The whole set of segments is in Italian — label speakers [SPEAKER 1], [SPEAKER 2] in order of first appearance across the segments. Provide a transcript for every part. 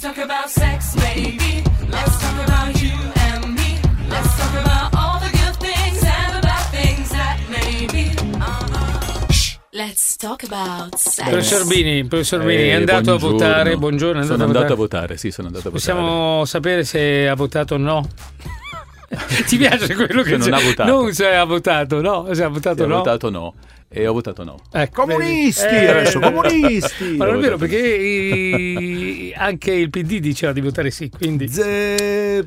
[SPEAKER 1] talk about sex, baby. Let's talk about you and me. Let's talk about all the good things and about things that maybe. Uh-huh. Shh. Let's talk about sex.
[SPEAKER 2] Professor Bini, professor Bini,
[SPEAKER 3] Eh,
[SPEAKER 2] è andato a
[SPEAKER 3] buongiorno.
[SPEAKER 2] votare. Buongiorno, è andato
[SPEAKER 3] sono
[SPEAKER 2] a
[SPEAKER 3] andato a
[SPEAKER 2] votare.
[SPEAKER 3] votare, sì, sono andato a votare.
[SPEAKER 2] Possiamo sapere se ha votato o no? Ti piace quello
[SPEAKER 3] Se
[SPEAKER 2] che
[SPEAKER 3] non
[SPEAKER 2] c'è?
[SPEAKER 3] ha votato.
[SPEAKER 2] Non se ha votato, no? Se ha votato,
[SPEAKER 3] Sì, ho
[SPEAKER 2] no?
[SPEAKER 3] votato no. E ho votato no.
[SPEAKER 2] Ecco,
[SPEAKER 4] Comunisti,
[SPEAKER 2] vedi?
[SPEAKER 4] adesso, comunisti.
[SPEAKER 2] Ma non è vero
[SPEAKER 3] Ho votato
[SPEAKER 2] perché i- anche il PD diceva di votare sì, quindi
[SPEAKER 4] Z-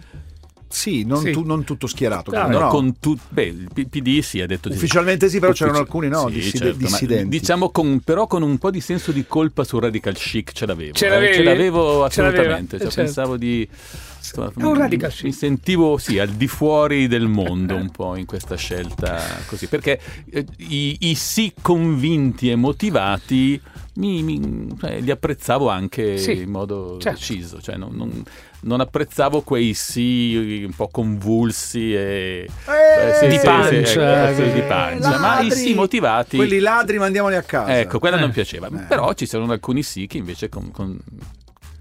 [SPEAKER 4] Sì, non,
[SPEAKER 2] Sì.
[SPEAKER 4] tu- non tutto schierato.
[SPEAKER 2] Ah,
[SPEAKER 4] credo,
[SPEAKER 3] No,
[SPEAKER 4] no.
[SPEAKER 3] Con tu- beh, il P- PD si ha detto di
[SPEAKER 4] Ufficialmente sì, però c'erano alcuni no,
[SPEAKER 3] Sì,
[SPEAKER 4] disside-
[SPEAKER 3] certo, ma
[SPEAKER 4] dissidenti.
[SPEAKER 3] Diciamo con- però con un po' di senso di colpa sul radical chic ce l'avevo.
[SPEAKER 2] Ce
[SPEAKER 3] eh,
[SPEAKER 2] l'avevi?
[SPEAKER 3] ce l'avevo
[SPEAKER 2] Ce l'aveva,
[SPEAKER 3] assolutamente.
[SPEAKER 2] eh,
[SPEAKER 3] cioè,
[SPEAKER 2] certo.
[SPEAKER 3] Pensavo di. insomma,
[SPEAKER 2] È un
[SPEAKER 3] mi-
[SPEAKER 2] radical chic.
[SPEAKER 3] Mi sentivo sì, al di fuori del mondo un po' in questa scelta così. Perché eh, i, i sì convinti e motivati. mi- mi- cioè, li apprezzavo anche
[SPEAKER 2] Sì,
[SPEAKER 3] in modo
[SPEAKER 2] certo.
[SPEAKER 3] deciso, cioè non, non- non apprezzavo quei sì un po' convulsi e
[SPEAKER 4] Eh,
[SPEAKER 3] eh, sì,
[SPEAKER 2] Di
[SPEAKER 3] sì,
[SPEAKER 2] pancia,
[SPEAKER 3] sì, sì, di
[SPEAKER 2] eh,
[SPEAKER 3] pancia, ma i
[SPEAKER 4] ladri.
[SPEAKER 3] sì motivati
[SPEAKER 4] Quelli ladri mandiamoli a casa.
[SPEAKER 3] Ecco, quella
[SPEAKER 2] Eh.
[SPEAKER 3] non piaceva. Però ci sono alcuni sì che invece com- com-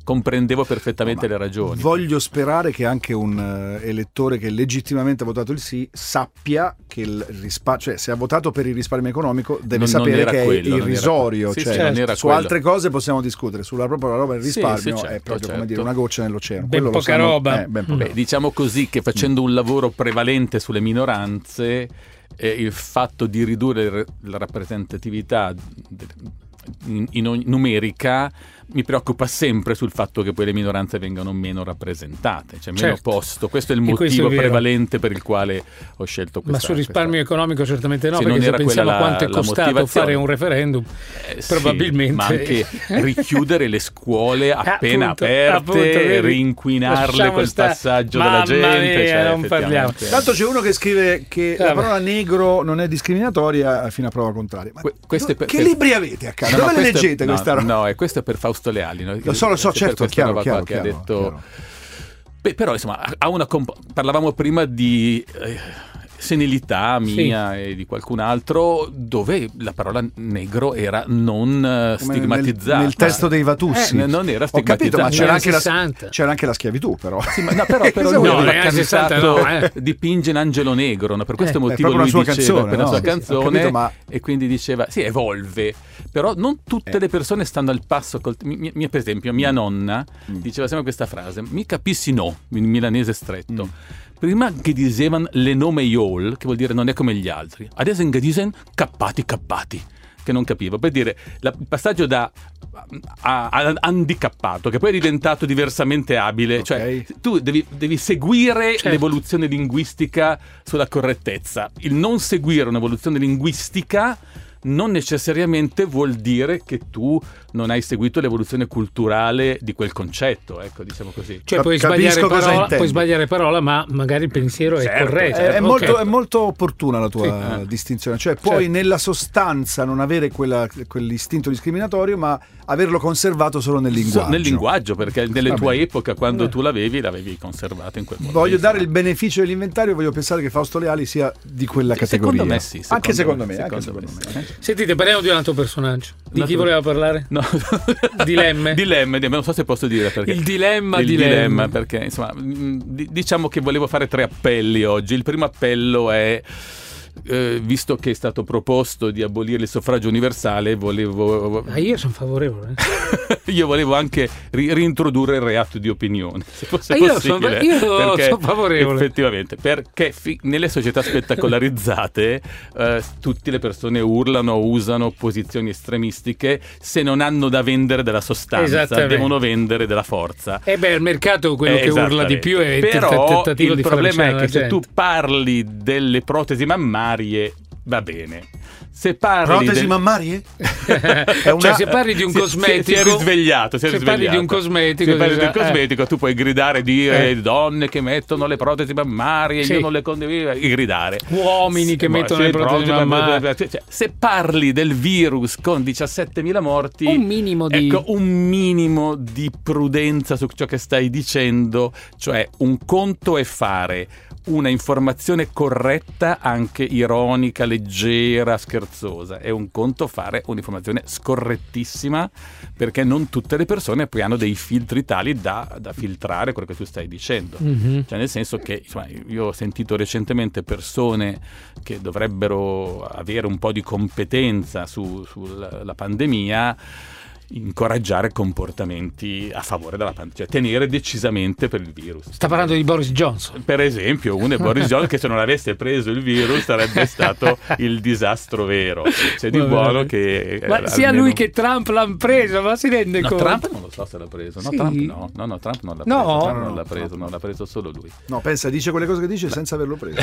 [SPEAKER 3] comprendevo perfettamente le ragioni.
[SPEAKER 4] Voglio sperare che anche un eh, elettore che legittimamente ha votato il sì sappia che il risparmio, cioè se ha votato per il risparmio economico,
[SPEAKER 3] Non-
[SPEAKER 4] deve
[SPEAKER 3] non
[SPEAKER 4] sapere
[SPEAKER 3] era
[SPEAKER 4] che
[SPEAKER 3] quello,
[SPEAKER 4] è
[SPEAKER 3] non era-
[SPEAKER 4] irrisorio.
[SPEAKER 3] sì,
[SPEAKER 4] cioè,
[SPEAKER 3] sì, non era
[SPEAKER 4] su
[SPEAKER 3] quello.
[SPEAKER 4] altre cose possiamo discutere, sulla propria roba il
[SPEAKER 3] Sì, sì,
[SPEAKER 4] risparmio è
[SPEAKER 3] certo,
[SPEAKER 4] proprio come
[SPEAKER 3] certo.
[SPEAKER 4] dire una goccia nell'oceano.
[SPEAKER 2] Ben
[SPEAKER 4] Quello lo
[SPEAKER 2] poca
[SPEAKER 4] sanno-
[SPEAKER 2] roba.
[SPEAKER 4] eh, ben poca
[SPEAKER 3] Beh, diciamo così che facendo un lavoro prevalente sulle minoranze, eh, il fatto di ridurre re- la rappresentatività de- in- in ogni- numerica mi preoccupa sempre sul fatto che poi le minoranze vengano meno rappresentate, cioè meno
[SPEAKER 2] Certo.
[SPEAKER 3] posto. Questo è il
[SPEAKER 2] E questo è
[SPEAKER 3] motivo
[SPEAKER 2] vero.
[SPEAKER 3] prevalente per il quale ho scelto questa
[SPEAKER 2] ma sul risparmio
[SPEAKER 3] questa-
[SPEAKER 2] economico certamente no,
[SPEAKER 3] Se
[SPEAKER 2] perché
[SPEAKER 3] non
[SPEAKER 2] se
[SPEAKER 3] era quella
[SPEAKER 2] pensiamo a
[SPEAKER 3] la-
[SPEAKER 2] quanto è
[SPEAKER 3] la
[SPEAKER 2] costato
[SPEAKER 3] motivazione.
[SPEAKER 2] fare un referendum,
[SPEAKER 3] Eh, sì,
[SPEAKER 2] probabilmente Eh,
[SPEAKER 3] ma anche richiudere le scuole appena
[SPEAKER 2] Appunto,
[SPEAKER 3] aperte
[SPEAKER 2] appunto,
[SPEAKER 3] e
[SPEAKER 2] vedi?
[SPEAKER 3] rinquinarle
[SPEAKER 2] Lasciamo
[SPEAKER 3] col
[SPEAKER 2] stare.
[SPEAKER 3] passaggio
[SPEAKER 2] Mamma
[SPEAKER 3] della gente.
[SPEAKER 2] mia,
[SPEAKER 3] cioè,
[SPEAKER 2] non parliamo.
[SPEAKER 3] effettivamente-
[SPEAKER 4] Tanto c'è uno che scrive che
[SPEAKER 2] Vabbè.
[SPEAKER 4] la parola negro non è discriminatoria fino a prova contraria. Ma
[SPEAKER 3] Que- questo è per-
[SPEAKER 4] che
[SPEAKER 3] per-
[SPEAKER 4] libri avete a casa?
[SPEAKER 3] No, no,
[SPEAKER 4] Dove le
[SPEAKER 3] questo è-
[SPEAKER 4] leggete
[SPEAKER 3] no,
[SPEAKER 4] questa roba?
[SPEAKER 3] No, e questo è per Fausto Leali. no?
[SPEAKER 4] Lo so, lo so,
[SPEAKER 3] Per
[SPEAKER 4] certo,
[SPEAKER 3] questa
[SPEAKER 4] chiaro,
[SPEAKER 3] roba qua
[SPEAKER 4] chiaro,
[SPEAKER 3] che ha
[SPEAKER 4] chiaro,
[SPEAKER 3] detto-
[SPEAKER 4] chiaro.
[SPEAKER 3] Beh, però insomma, ha- ha una comp- parlavamo prima di eh, senilità
[SPEAKER 2] Sì.
[SPEAKER 3] mia e di qualcun altro, dove la parola negro era non eh,
[SPEAKER 4] Come
[SPEAKER 3] stigmatizzata.
[SPEAKER 4] Nel, nel testo dei Vatussi.
[SPEAKER 3] Eh, non era
[SPEAKER 4] Ho capito,
[SPEAKER 3] stigmatizzata.
[SPEAKER 4] ma
[SPEAKER 2] Negli
[SPEAKER 4] c'era anche, la,
[SPEAKER 2] anni 60.
[SPEAKER 4] c'era anche la schiavitù, però.
[SPEAKER 3] Sì, ma- no, però, però
[SPEAKER 4] Eh, Cosa
[SPEAKER 3] lui
[SPEAKER 4] vuol
[SPEAKER 2] no,
[SPEAKER 4] dire?
[SPEAKER 3] aveva
[SPEAKER 2] negli anni 60
[SPEAKER 3] cantato
[SPEAKER 2] no, eh.
[SPEAKER 3] Dipinge l'angelo negro, no? per questo
[SPEAKER 2] Eh,
[SPEAKER 4] Beh, è
[SPEAKER 3] motivo
[SPEAKER 4] proprio
[SPEAKER 3] lui
[SPEAKER 4] la sua
[SPEAKER 3] diceva
[SPEAKER 4] canzone,
[SPEAKER 3] per la
[SPEAKER 4] no?
[SPEAKER 3] sua
[SPEAKER 4] Sì, sì, ho
[SPEAKER 3] canzone
[SPEAKER 4] capito, ma-
[SPEAKER 3] e quindi diceva sì, evolve, però non tutte le persone stanno al passo col mi- mi- mi- per esempio mia nonna diceva sempre questa frase, mi capissi no, in milanese stretto. Prima che dicevano le nome iol, che vuol dire non è come gli altri. Adesso in dicen cappati cappati, che non capivo. Per dire, la- il passaggio da a- a- handicappato, che poi è diventato diversamente abile,
[SPEAKER 4] Ok.
[SPEAKER 3] cioè tu devi, devi seguire
[SPEAKER 2] Certo.
[SPEAKER 3] l'evoluzione linguistica sulla correttezza. Il non seguire un'evoluzione linguistica non necessariamente vuol dire che tu non hai seguito l'evoluzione culturale di quel concetto, ecco, diciamo così.
[SPEAKER 2] cioè
[SPEAKER 4] Cap-
[SPEAKER 2] puoi
[SPEAKER 4] capisco
[SPEAKER 2] sbagliare,
[SPEAKER 4] cosa
[SPEAKER 2] parola,
[SPEAKER 4] intendi.
[SPEAKER 2] puoi sbagliare parola, ma magari il pensiero è
[SPEAKER 3] Certo,
[SPEAKER 4] Eh,
[SPEAKER 2] corretto.
[SPEAKER 3] certo.
[SPEAKER 4] è,
[SPEAKER 2] Ok.
[SPEAKER 4] molto, è molto opportuna la tua
[SPEAKER 3] Sì. Eh.
[SPEAKER 4] distinzione, cioè puoi
[SPEAKER 2] Certo.
[SPEAKER 4] nella sostanza non avere quella- quell'istinto discriminatorio, ma averlo conservato solo nel linguaggio.
[SPEAKER 3] Nel linguaggio, perché nelle
[SPEAKER 4] Va
[SPEAKER 3] tua
[SPEAKER 4] bene.
[SPEAKER 3] epoca, quando tu l'avevi, l'avevi conservata in quel modo.
[SPEAKER 4] Voglio
[SPEAKER 3] lì,
[SPEAKER 4] dare il
[SPEAKER 3] insomma.
[SPEAKER 4] beneficio dell'inventario, voglio pensare che Fausto Leali sia di quella categoria.
[SPEAKER 3] Secondo me sì.
[SPEAKER 4] anche secondo me, anche
[SPEAKER 3] secondo
[SPEAKER 4] secondo me. eh.
[SPEAKER 3] me.
[SPEAKER 2] Sentite, parliamo di un altro personaggio. Di chi
[SPEAKER 3] Un'altra-
[SPEAKER 2] voleva parlare?
[SPEAKER 3] No.
[SPEAKER 2] Dilemme.
[SPEAKER 3] dilemme, dilemme, non so se posso dire perché.
[SPEAKER 2] Il dilemma,
[SPEAKER 3] Il
[SPEAKER 2] dilemma.
[SPEAKER 3] dilemma, perché insomma, mh, di- diciamo che volevo fare tre appelli oggi. Il primo appello è eh, visto che è stato proposto di abolire il suffragio universale, volevo
[SPEAKER 2] Ma io sono favorevole. eh.
[SPEAKER 3] io volevo anche ri- rintrodurre il reato di opinione, se fosse
[SPEAKER 2] Ah, io son-
[SPEAKER 3] possibile.
[SPEAKER 2] io
[SPEAKER 3] perché
[SPEAKER 2] son favorevole.
[SPEAKER 3] Effettivamente, perché fi- nelle società spettacolarizzate eh, tutte le persone urlano, usano posizioni estremistiche se non hanno da vendere della sostanza,
[SPEAKER 2] Esattamente.
[SPEAKER 3] devono vendere della forza.
[SPEAKER 2] Eh beh, il mercato quello
[SPEAKER 3] Eh,
[SPEAKER 2] che urla di più è il
[SPEAKER 3] esattamente. Però
[SPEAKER 2] tent- tentativo
[SPEAKER 3] il
[SPEAKER 2] di far
[SPEAKER 3] problema è
[SPEAKER 2] avvicinare
[SPEAKER 3] che se
[SPEAKER 2] la
[SPEAKER 3] tu
[SPEAKER 2] gente.
[SPEAKER 3] parli delle protesi mammarie va bene. Se parli
[SPEAKER 4] Protesi
[SPEAKER 3] del-
[SPEAKER 4] mammarie? È
[SPEAKER 2] Cioè,
[SPEAKER 4] una-
[SPEAKER 2] se parli di un
[SPEAKER 3] si-
[SPEAKER 2] cosmetico,
[SPEAKER 3] Si, si è risvegliato. Si è
[SPEAKER 2] se parli di
[SPEAKER 3] risvegliato.
[SPEAKER 2] un cosmetico,
[SPEAKER 3] Se parli di un
[SPEAKER 2] eh,
[SPEAKER 3] cosmetico, tu puoi gridare, dire
[SPEAKER 2] Eh.
[SPEAKER 3] donne che mettono le protesi mammarie,
[SPEAKER 2] Sì.
[SPEAKER 3] io non le condivido. e Gridare.
[SPEAKER 2] Uomini che
[SPEAKER 3] Se-
[SPEAKER 2] mettono
[SPEAKER 3] se
[SPEAKER 2] le protesi mammarie.
[SPEAKER 3] cioè, cioè, se parli del virus con 17.000 morti,
[SPEAKER 2] Un minimo di-
[SPEAKER 3] ecco, un minimo di prudenza su ciò che stai dicendo. Cioè, un conto è fare una informazione corretta, anche ironica, leggera, scherzosa. È un conto fare un'informazione scorrettissima perché non tutte le persone poi hanno dei filtri tali da, da filtrare quello che tu stai dicendo.
[SPEAKER 2] Mhm.
[SPEAKER 3] Cioè, nel senso che insomma, io ho sentito recentemente persone che dovrebbero avere un po' di competenza su- sulla la pandemia incoraggiare comportamenti a favore della pandemia, cioè tenere decisamente per il virus.
[SPEAKER 2] Sta parlando di Boris Johnson.
[SPEAKER 3] Per esempio, uno è Boris Johnson che se non avesse preso il virus sarebbe stato il disastro vero. Ecco, C'è di
[SPEAKER 2] Ma
[SPEAKER 3] buono
[SPEAKER 2] veramente.
[SPEAKER 3] che... eh,
[SPEAKER 2] Ma sia
[SPEAKER 3] almeno-
[SPEAKER 2] lui che Trump l'hanno preso, ma si rende
[SPEAKER 3] No,
[SPEAKER 2] conto?
[SPEAKER 3] Trump non lo so se l'ha preso. No,
[SPEAKER 2] Sì?
[SPEAKER 3] Trump no. No, no, Trump non l'ha
[SPEAKER 2] No?
[SPEAKER 3] preso. Trump
[SPEAKER 4] No,
[SPEAKER 3] non l'ha
[SPEAKER 4] no,
[SPEAKER 3] preso,
[SPEAKER 4] Trump
[SPEAKER 3] no, l'ha preso solo lui.
[SPEAKER 4] No, pensa, dice quelle cose che dice senza averlo preso.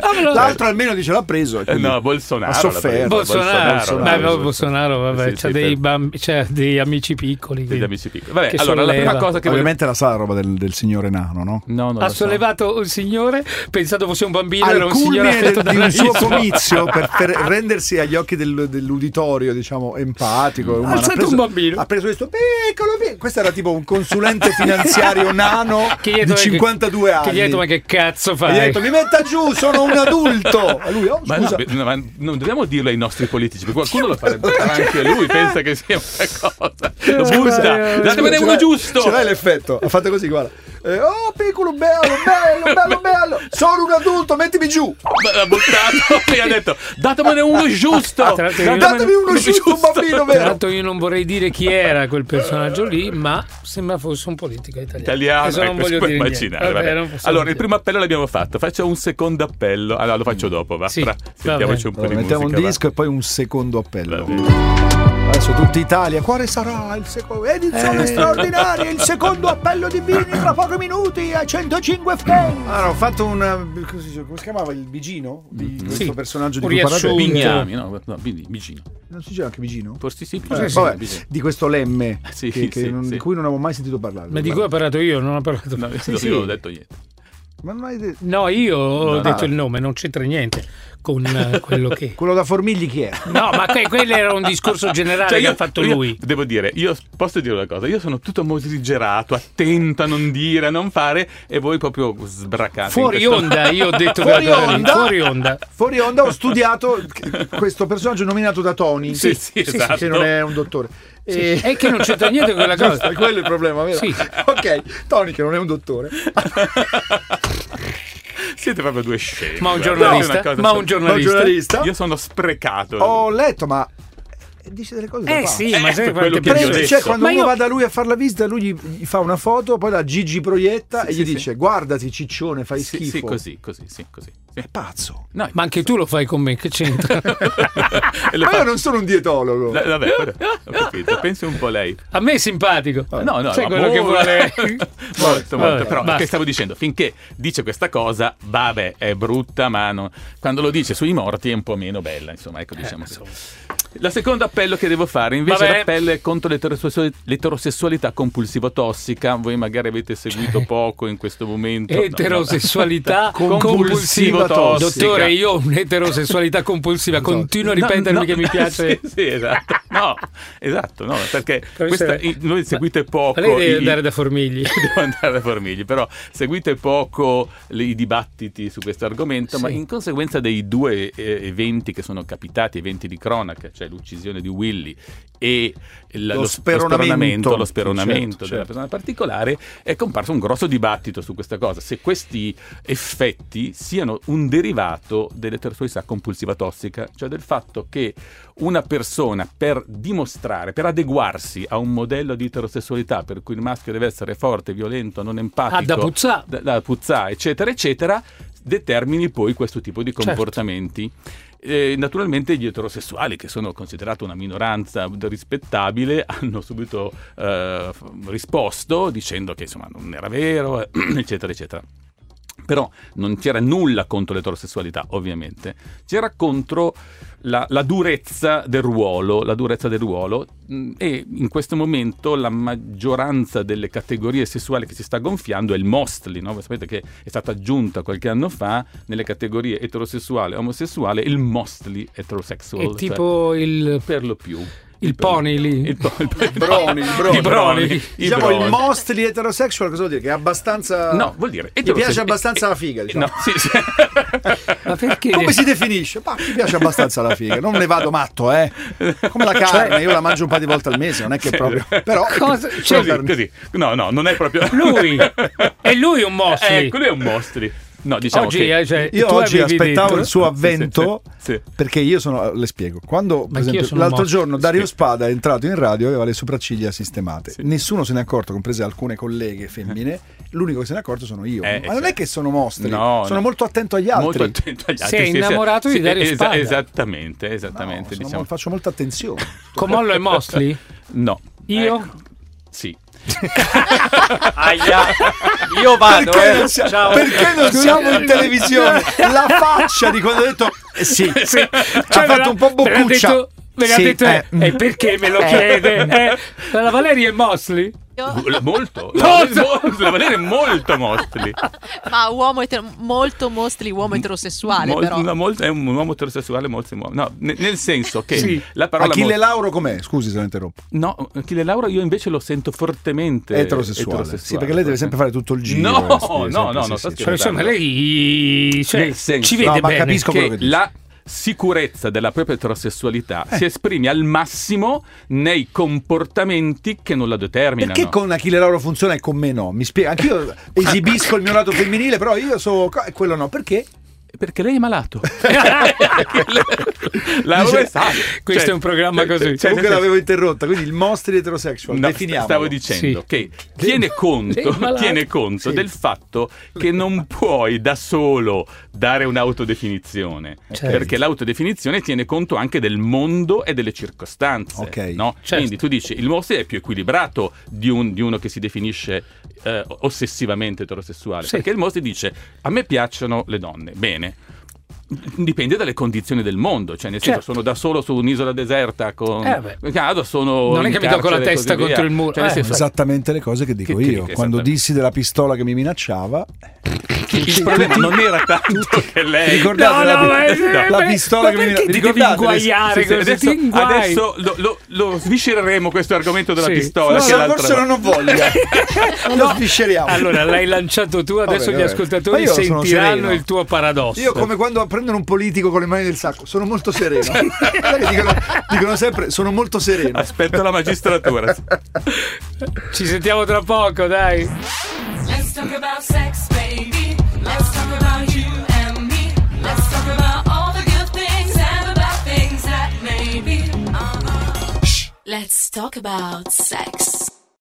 [SPEAKER 2] Allora-
[SPEAKER 4] L'altro almeno dice l'ha preso. e
[SPEAKER 3] Eh,
[SPEAKER 4] quindi
[SPEAKER 3] No, Bolsonaro.
[SPEAKER 4] Ha
[SPEAKER 3] l'ha preso,
[SPEAKER 4] sofferto.
[SPEAKER 2] Bolsonaro,
[SPEAKER 4] Bolsonaro,
[SPEAKER 2] Beh,
[SPEAKER 4] Bolsonaro.
[SPEAKER 2] no, Bolsonaro, vabbè,
[SPEAKER 3] Sì,
[SPEAKER 2] c'ha
[SPEAKER 3] sì,
[SPEAKER 2] dei
[SPEAKER 3] per-
[SPEAKER 2] bambi- c'ha degli amici piccoli.
[SPEAKER 3] degli
[SPEAKER 2] quindi.
[SPEAKER 3] amici piccoli. Vabbè,
[SPEAKER 2] Che
[SPEAKER 3] allora la
[SPEAKER 2] solleva.
[SPEAKER 3] prima cosa che volevo-
[SPEAKER 4] Ovviamente la sa la roba del, del signore nano, no?
[SPEAKER 3] No, non
[SPEAKER 2] Ha
[SPEAKER 3] lo so.
[SPEAKER 2] sollevato un signore, pensando fosse un bambino, era
[SPEAKER 4] Al
[SPEAKER 2] un signore
[SPEAKER 4] culmine
[SPEAKER 2] affetto
[SPEAKER 4] del-
[SPEAKER 2] da
[SPEAKER 4] di un suo
[SPEAKER 2] nanismo.
[SPEAKER 4] comizio per, per rendersi agli occhi del- dell'uditorio, diciamo, empatico. e umano,
[SPEAKER 2] alzato un bambino.
[SPEAKER 4] Ha preso questo piccolo. piccolo- Questo era tipo un consulente finanziario nano
[SPEAKER 2] Che gli ha
[SPEAKER 4] di
[SPEAKER 2] detto,
[SPEAKER 4] 52
[SPEAKER 2] che-
[SPEAKER 4] anni.
[SPEAKER 2] Che gli ha detto, ma che cazzo
[SPEAKER 4] E
[SPEAKER 2] fai?
[SPEAKER 4] gli ha detto, mi metta giù, sono un adulto. E lui, oh,
[SPEAKER 3] Ma no,
[SPEAKER 4] scusa.
[SPEAKER 3] be- no, ma non dobbiamo dirlo ai nostri politici, perché qualcuno lo farebbe farà anche lui, pensa che sia una cosa. Lo
[SPEAKER 2] Scusa,
[SPEAKER 3] busta, datemene
[SPEAKER 4] Eh, Ce
[SPEAKER 2] Cioè,
[SPEAKER 3] uno
[SPEAKER 4] l'hai-
[SPEAKER 3] giusto.
[SPEAKER 4] Ce l'hai l'effetto. Ha fatto così, guarda. Eh, oh, piccolo, bello, bello, bello, bello. Sono un adulto, mettimi giù.
[SPEAKER 3] L'ha buttato e ha detto datemene uno giusto.
[SPEAKER 2] Ah, tra l'altro io-
[SPEAKER 4] Datemi uno giusto, un bambino
[SPEAKER 2] Tra
[SPEAKER 4] vero.
[SPEAKER 2] l'altro io non vorrei dire chi era quel personaggio lì, ma sembra fosse un politico italiano.
[SPEAKER 3] Italiano,
[SPEAKER 2] Adesso Cioè, non
[SPEAKER 3] ecco, si
[SPEAKER 2] voglio
[SPEAKER 3] può
[SPEAKER 2] dire
[SPEAKER 3] immaginare.
[SPEAKER 2] niente. Vabbè,
[SPEAKER 3] vabbè.
[SPEAKER 2] non possiamo
[SPEAKER 3] allora, il
[SPEAKER 2] dire.
[SPEAKER 3] primo appello l'abbiamo fatto. Faccio un secondo appello. Allora, lo faccio dopo. Va.
[SPEAKER 2] Sì,
[SPEAKER 3] Fra,
[SPEAKER 2] va
[SPEAKER 3] sentiamoci un po' di
[SPEAKER 4] mettiamo
[SPEAKER 3] musica.
[SPEAKER 4] un
[SPEAKER 3] va.
[SPEAKER 4] disco e poi un secondo appello.
[SPEAKER 3] Va bene.
[SPEAKER 4] Adesso tutta Italia, quale sarà il secondo? Edizione straordinaria, il secondo appello di Vini tra pochi minuti a 105 franchi. Ah, no, ho fatto un come si, come si chiamava il Bigino di questo
[SPEAKER 2] Sì,
[SPEAKER 4] personaggio
[SPEAKER 2] un
[SPEAKER 4] di cui parlate?
[SPEAKER 2] riassunto.
[SPEAKER 3] Bignami, no, no, Bini- Bicino.
[SPEAKER 4] Non si chiama anche Bigino?
[SPEAKER 3] Forse sì,
[SPEAKER 4] Eh,
[SPEAKER 3] Bicino.
[SPEAKER 4] vabbè,
[SPEAKER 3] Bicino.
[SPEAKER 4] di questo lemme
[SPEAKER 3] Sì,
[SPEAKER 4] che- che
[SPEAKER 3] sì,
[SPEAKER 4] non-
[SPEAKER 3] sì.
[SPEAKER 4] di cui non avevo mai sentito parlare.
[SPEAKER 2] Ma di cui ho parlato io, non ho parlato
[SPEAKER 3] No,
[SPEAKER 2] Sì,
[SPEAKER 3] io
[SPEAKER 2] sì.
[SPEAKER 3] non ho detto niente.
[SPEAKER 4] Ma non hai detto-
[SPEAKER 2] No, io ho
[SPEAKER 3] No.
[SPEAKER 2] detto il nome, non c'entra niente con eh, quello che.
[SPEAKER 4] Quello da Formigli chi è?
[SPEAKER 2] No, ma que- quello era un discorso generale
[SPEAKER 3] Cioè,
[SPEAKER 2] che
[SPEAKER 3] io-
[SPEAKER 2] ha fatto
[SPEAKER 3] io
[SPEAKER 2] lui.
[SPEAKER 3] Devo dire, io posso dire una cosa, io sono tutto mosigerato, attento a non dire, a non fare, e voi proprio sbracate. in
[SPEAKER 2] Fuori
[SPEAKER 3] questo-
[SPEAKER 2] onda, io ho detto
[SPEAKER 4] Fuori
[SPEAKER 2] quella cosa lì,
[SPEAKER 4] onda?
[SPEAKER 2] fuori onda.
[SPEAKER 4] Fuori onda ho studiato che- questo personaggio nominato da Tony.
[SPEAKER 3] Sì, sì, esatto.
[SPEAKER 4] che non è un dottore. E-
[SPEAKER 2] È che non c'entra niente con quella
[SPEAKER 4] Giusto,
[SPEAKER 2] cosa.
[SPEAKER 4] è quello il problema, vero?
[SPEAKER 2] Sì.
[SPEAKER 4] Ok, Tony che non è un dottore.
[SPEAKER 3] Siete proprio due scemi.
[SPEAKER 2] Ma un
[SPEAKER 3] guarda,
[SPEAKER 2] giornalista?
[SPEAKER 3] è una cosa
[SPEAKER 2] Ma un
[SPEAKER 3] sor-
[SPEAKER 2] giornalista?
[SPEAKER 4] Ma un giornalista?
[SPEAKER 3] Io sono sprecato.
[SPEAKER 4] Ho letto, ma dice delle cose da
[SPEAKER 2] Eh
[SPEAKER 4] pazzi.
[SPEAKER 2] sì, ma
[SPEAKER 3] Eh,
[SPEAKER 2] sai
[SPEAKER 3] quello
[SPEAKER 2] quante
[SPEAKER 3] che io ho
[SPEAKER 4] Preso-
[SPEAKER 2] persone-
[SPEAKER 3] detto.
[SPEAKER 4] cioè, quando
[SPEAKER 2] Ma
[SPEAKER 4] uno
[SPEAKER 2] io-
[SPEAKER 4] va da lui a fare la visita, lui gli, gli fa una foto, poi la Gigi proietta e gli dice: Guarda, Guardati, ciccione, fai
[SPEAKER 3] Sì,
[SPEAKER 4] schifo.
[SPEAKER 3] sì, così, così, sì, così. Sì.
[SPEAKER 4] È pazzo.
[SPEAKER 3] No,
[SPEAKER 2] Ma anche tu lo fai con me, che c'entra?
[SPEAKER 3] e lo
[SPEAKER 4] Ma
[SPEAKER 3] fa-
[SPEAKER 4] Ah, io non sono un dietologo.
[SPEAKER 3] Eh, Vabbè, quello- ho capito. Pensi un po' lei.
[SPEAKER 2] A me è simpatico.
[SPEAKER 3] Oh, No, no,
[SPEAKER 2] Sai
[SPEAKER 3] ma
[SPEAKER 2] quello che
[SPEAKER 3] mo-
[SPEAKER 2] vuole.
[SPEAKER 3] molto, molto.
[SPEAKER 2] Vabbè,
[SPEAKER 3] però
[SPEAKER 2] basta.
[SPEAKER 3] che stavo dicendo? Finché dice questa cosa, vabbè, è brutta, ma non- quando lo dice sui morti è un po' meno bella. Insomma, ecco, diciamo così. La seconda appello che devo fare invece
[SPEAKER 2] Eh, Vabbè.
[SPEAKER 3] è l'appello è contro l'eterosessuali- l'eterosessualità compulsivo-tossica. Voi magari avete seguito poco in questo momento. No, no.
[SPEAKER 2] Cioè. Eterosessualità
[SPEAKER 4] Compulsiva
[SPEAKER 2] compulsiva.
[SPEAKER 4] tossica.
[SPEAKER 2] Dottore, io ho un'eterosessualità compulsiva. Continuo a
[SPEAKER 3] No,
[SPEAKER 2] ripetermi
[SPEAKER 3] no.
[SPEAKER 2] che mi piace.
[SPEAKER 3] sì, sì, esatto. No, esatto, no, perché
[SPEAKER 2] Però
[SPEAKER 3] questa,
[SPEAKER 2] se-
[SPEAKER 3] i- noi seguite poco.
[SPEAKER 2] Ma lei deve
[SPEAKER 3] i-
[SPEAKER 2] andare da formigli.
[SPEAKER 3] devo andare da Formigli, però seguite poco le- i dibattiti su questo argomento,
[SPEAKER 2] Sì.
[SPEAKER 3] ma in conseguenza dei due eh, eventi che sono capitati, eventi di cronaca, cioè l'uccisione di Willy e il-
[SPEAKER 4] Lo
[SPEAKER 3] lo,
[SPEAKER 4] speronamento.
[SPEAKER 3] speronamento, lo
[SPEAKER 4] Sì,
[SPEAKER 3] speronamento
[SPEAKER 4] certo,
[SPEAKER 3] della
[SPEAKER 4] certo.
[SPEAKER 3] persona particolare, è comparso un grosso dibattito su questa cosa, se questi effetti siano un derivato dell'eterosessualità compulsiva tossica, cioè del fatto che una persona per dimostrare, per adeguarsi a un modello di eterosessualità per cui il maschio deve essere forte, violento, non empatico,
[SPEAKER 2] Ah, da puzzà.
[SPEAKER 3] da, da puzzà, eccetera, eccetera, determini poi questo tipo di
[SPEAKER 2] Certo.
[SPEAKER 3] comportamenti. Eh, naturalmente gli eterosessuali, che sono considerati una minoranza rispettabile, hanno subito eh, f- risposto dicendo che insomma non era vero, eccetera, eccetera. Però non c'era nulla contro l'eterosessualità, ovviamente, c'era contro la, la durezza del ruolo, la durezza del ruolo mh, e in questo momento la maggioranza delle categorie sessuali che si sta gonfiando è il mostly, no? Voi sapete che è stata aggiunta qualche anno fa nelle categorie eterosessuale e omosessuale il mostly
[SPEAKER 2] È
[SPEAKER 3] heterosexual, cioè
[SPEAKER 2] tipo il,
[SPEAKER 3] per lo più.
[SPEAKER 2] Il pony lì.
[SPEAKER 3] Il, po- il po-
[SPEAKER 4] Broni, il broni.
[SPEAKER 3] I broni. I
[SPEAKER 4] Diciamo
[SPEAKER 3] broni.
[SPEAKER 4] il mostly heterosexual, cosa vuol dire? Che è abbastanza.
[SPEAKER 3] No, vuol dire. Eh,
[SPEAKER 4] Ti piace abbastanza la figa, diciamo.
[SPEAKER 3] No, sì, sì.
[SPEAKER 2] Ma perché?
[SPEAKER 4] Come si definisce? Ma mi piace abbastanza la figa, non ne vado matto, eh. Come la
[SPEAKER 3] Cioè-
[SPEAKER 4] carne, io la mangio un paio di volte al mese, non è che proprio. Però
[SPEAKER 2] Cosa-
[SPEAKER 4] Solo
[SPEAKER 3] Così,
[SPEAKER 4] carne.
[SPEAKER 3] così. No, no, non è proprio.
[SPEAKER 2] Cioè, Lui. È lui un mostri.
[SPEAKER 3] Eh, quello è un mostri. No, diciamo
[SPEAKER 2] Oggi,
[SPEAKER 3] che
[SPEAKER 2] eh, cioè,
[SPEAKER 4] Io
[SPEAKER 2] tu
[SPEAKER 4] oggi
[SPEAKER 2] avevi
[SPEAKER 4] aspettavo
[SPEAKER 2] detto-
[SPEAKER 4] il suo avvento
[SPEAKER 3] Sì, sì, sì.
[SPEAKER 4] perché io sono le spiego. Quando per
[SPEAKER 2] anch'io
[SPEAKER 4] esempio,
[SPEAKER 2] sono
[SPEAKER 4] l'altro
[SPEAKER 2] morto.
[SPEAKER 4] giorno Dario Spada è entrato in radio e aveva le sopracciglia sistemate.
[SPEAKER 3] Sì.
[SPEAKER 4] Nessuno se n'è accorto, comprese alcune colleghe femmine. L'unico che se n'è accorto sono io.
[SPEAKER 3] Eh,
[SPEAKER 4] Ma non
[SPEAKER 3] cioè-
[SPEAKER 4] è che sono mostri,
[SPEAKER 3] No,
[SPEAKER 4] sono
[SPEAKER 3] no.
[SPEAKER 4] molto attento agli altri.
[SPEAKER 3] molto attento agli altri.
[SPEAKER 2] Sei
[SPEAKER 3] sì, sì.
[SPEAKER 2] innamorato di Dario Spada.
[SPEAKER 3] Esattamente,
[SPEAKER 4] No,
[SPEAKER 3] esattamente.
[SPEAKER 4] sono-
[SPEAKER 3] diciamo.
[SPEAKER 4] Faccio molta attenzione.
[SPEAKER 2] Comollo e mostri?
[SPEAKER 3] No.
[SPEAKER 2] Io?
[SPEAKER 3] Ecco, Sì.
[SPEAKER 5] Aia. Io vado,
[SPEAKER 4] perché,
[SPEAKER 5] eh.
[SPEAKER 4] non sia-
[SPEAKER 5] Ciao.
[SPEAKER 4] perché non siamo in televisione? La faccia di quando ho detto eh, sì, ha
[SPEAKER 2] Cioè, me
[SPEAKER 4] fatto
[SPEAKER 2] l'ha-
[SPEAKER 4] un po'
[SPEAKER 2] me l'ha
[SPEAKER 4] boccuccia.
[SPEAKER 2] detto- Me l'ha
[SPEAKER 4] Sì,
[SPEAKER 2] detto,
[SPEAKER 4] eh,
[SPEAKER 2] eh,
[SPEAKER 4] mm.
[SPEAKER 2] e perché me lo chiede? Eh, la Valeria è Mosley?
[SPEAKER 3] Vol- Molto.
[SPEAKER 2] Molto.
[SPEAKER 3] La Valeria è molto mostri.
[SPEAKER 6] Ma uomo etero- molto mostri uomo eterosessuale,
[SPEAKER 3] Mol-
[SPEAKER 6] però.
[SPEAKER 3] no, molto- è un uomo eterosessuale molto uomo. No, ne- nel senso che
[SPEAKER 2] Sì.
[SPEAKER 3] la parola
[SPEAKER 4] Achille
[SPEAKER 3] mol-
[SPEAKER 4] Lauro com'è? Scusi se lo interrompo.
[SPEAKER 3] No, Achille Lauro io invece lo sento fortemente
[SPEAKER 4] Eterosessuale. Sì, perché lei deve sempre fare tutto il giro.
[SPEAKER 3] No,
[SPEAKER 4] eh, sì,
[SPEAKER 3] no,
[SPEAKER 4] sempre,
[SPEAKER 3] no,
[SPEAKER 4] sì,
[SPEAKER 3] no,
[SPEAKER 4] sì,
[SPEAKER 3] sto
[SPEAKER 4] sì.
[SPEAKER 2] Cioè, insomma, lei cioè,
[SPEAKER 3] Nel senso-
[SPEAKER 2] ci vede
[SPEAKER 4] No, ma
[SPEAKER 2] bene.
[SPEAKER 4] capisco quello
[SPEAKER 3] che
[SPEAKER 4] che dici.
[SPEAKER 3] la sicurezza della propria eterosessualità si esprime al massimo nei comportamenti che non la determinano.
[SPEAKER 4] Perché con Achille Lauro funziona e con me no? Mi spiego, anch'io esibisco il mio lato femminile, però io so e quello no, perché?
[SPEAKER 3] Perché lei è malato. la
[SPEAKER 4] Dice-
[SPEAKER 3] è sana.
[SPEAKER 2] Questo è un programma così.
[SPEAKER 3] cioè,
[SPEAKER 4] Comunque
[SPEAKER 3] nel senso-
[SPEAKER 4] l'avevo interrotta, quindi il mostri heterosexual,
[SPEAKER 3] No,
[SPEAKER 4] definiamo.
[SPEAKER 3] stavo dicendo
[SPEAKER 2] Sì.
[SPEAKER 3] che tiene
[SPEAKER 2] lei è
[SPEAKER 3] conto,
[SPEAKER 2] malata.
[SPEAKER 3] tiene conto
[SPEAKER 4] Sì.
[SPEAKER 3] del fatto che non puoi da solo dare un'autodefinizione,
[SPEAKER 2] Certo.
[SPEAKER 3] perché l'autodefinizione tiene conto anche del mondo e delle circostanze.
[SPEAKER 4] Ok.
[SPEAKER 3] no?
[SPEAKER 2] Certo.
[SPEAKER 3] Quindi tu dici il mostro è più equilibrato di, un- di uno che si definisce eh, ossessivamente eterosessuale,
[SPEAKER 2] Sì.
[SPEAKER 3] perché il mostro dice a me piacciono le donne, bene. Dipende dalle condizioni del mondo, cioè nel senso
[SPEAKER 2] Certo.
[SPEAKER 3] sono da solo su un'isola deserta con
[SPEAKER 2] Eh, beh.
[SPEAKER 3] Cado, sono
[SPEAKER 2] Non è
[SPEAKER 3] in
[SPEAKER 2] che mi tocco la
[SPEAKER 3] carcere e
[SPEAKER 2] testa
[SPEAKER 3] così
[SPEAKER 2] contro il
[SPEAKER 3] via.
[SPEAKER 2] muro.
[SPEAKER 3] Cioè, nel
[SPEAKER 2] Eh,
[SPEAKER 3] senso,
[SPEAKER 4] Esattamente le cose che dico
[SPEAKER 3] Che- che-
[SPEAKER 4] io.
[SPEAKER 3] che
[SPEAKER 4] Quando
[SPEAKER 3] esattamente.
[SPEAKER 4] dissi della pistola che mi minacciava,
[SPEAKER 3] il problema non era tanto che lei
[SPEAKER 4] Ricordate
[SPEAKER 2] No,
[SPEAKER 4] la-
[SPEAKER 2] no, ma-
[SPEAKER 4] la,
[SPEAKER 2] ma-
[SPEAKER 4] pistola
[SPEAKER 2] ma
[SPEAKER 4] che mi
[SPEAKER 2] perché
[SPEAKER 4] minacciava.
[SPEAKER 2] ti devi
[SPEAKER 4] Ricordate le-
[SPEAKER 2] inguaiare?
[SPEAKER 3] Sì, sì,
[SPEAKER 2] così,
[SPEAKER 3] adesso,
[SPEAKER 2] ti inguai.
[SPEAKER 3] adesso lo, lo- lo sviscereremo questo argomento della
[SPEAKER 2] Sì.
[SPEAKER 3] pistola
[SPEAKER 4] Forse-
[SPEAKER 3] che l'altra
[SPEAKER 4] forse non ho voglia. non lo svisceriamo.
[SPEAKER 2] Allora, l'hai lanciato tu, adesso
[SPEAKER 4] Vabbè,
[SPEAKER 2] gli
[SPEAKER 4] vabbè. Ma
[SPEAKER 2] ascoltatori
[SPEAKER 4] io sono sereno.
[SPEAKER 2] sentiranno il tuo paradosso.
[SPEAKER 4] Io come quando prendono un politico con le mani nel sacco, sono molto sereno. Sai che dicono, dicono sempre sono molto sereno.
[SPEAKER 3] aspetto la magistratura
[SPEAKER 2] Ci sentiamo tra poco, dai.
[SPEAKER 1] Let's talk about sex, baby. Let's talk about you and me. Let's talk about all the good things and about things that maybe. Uh-huh. Let's talk about sex.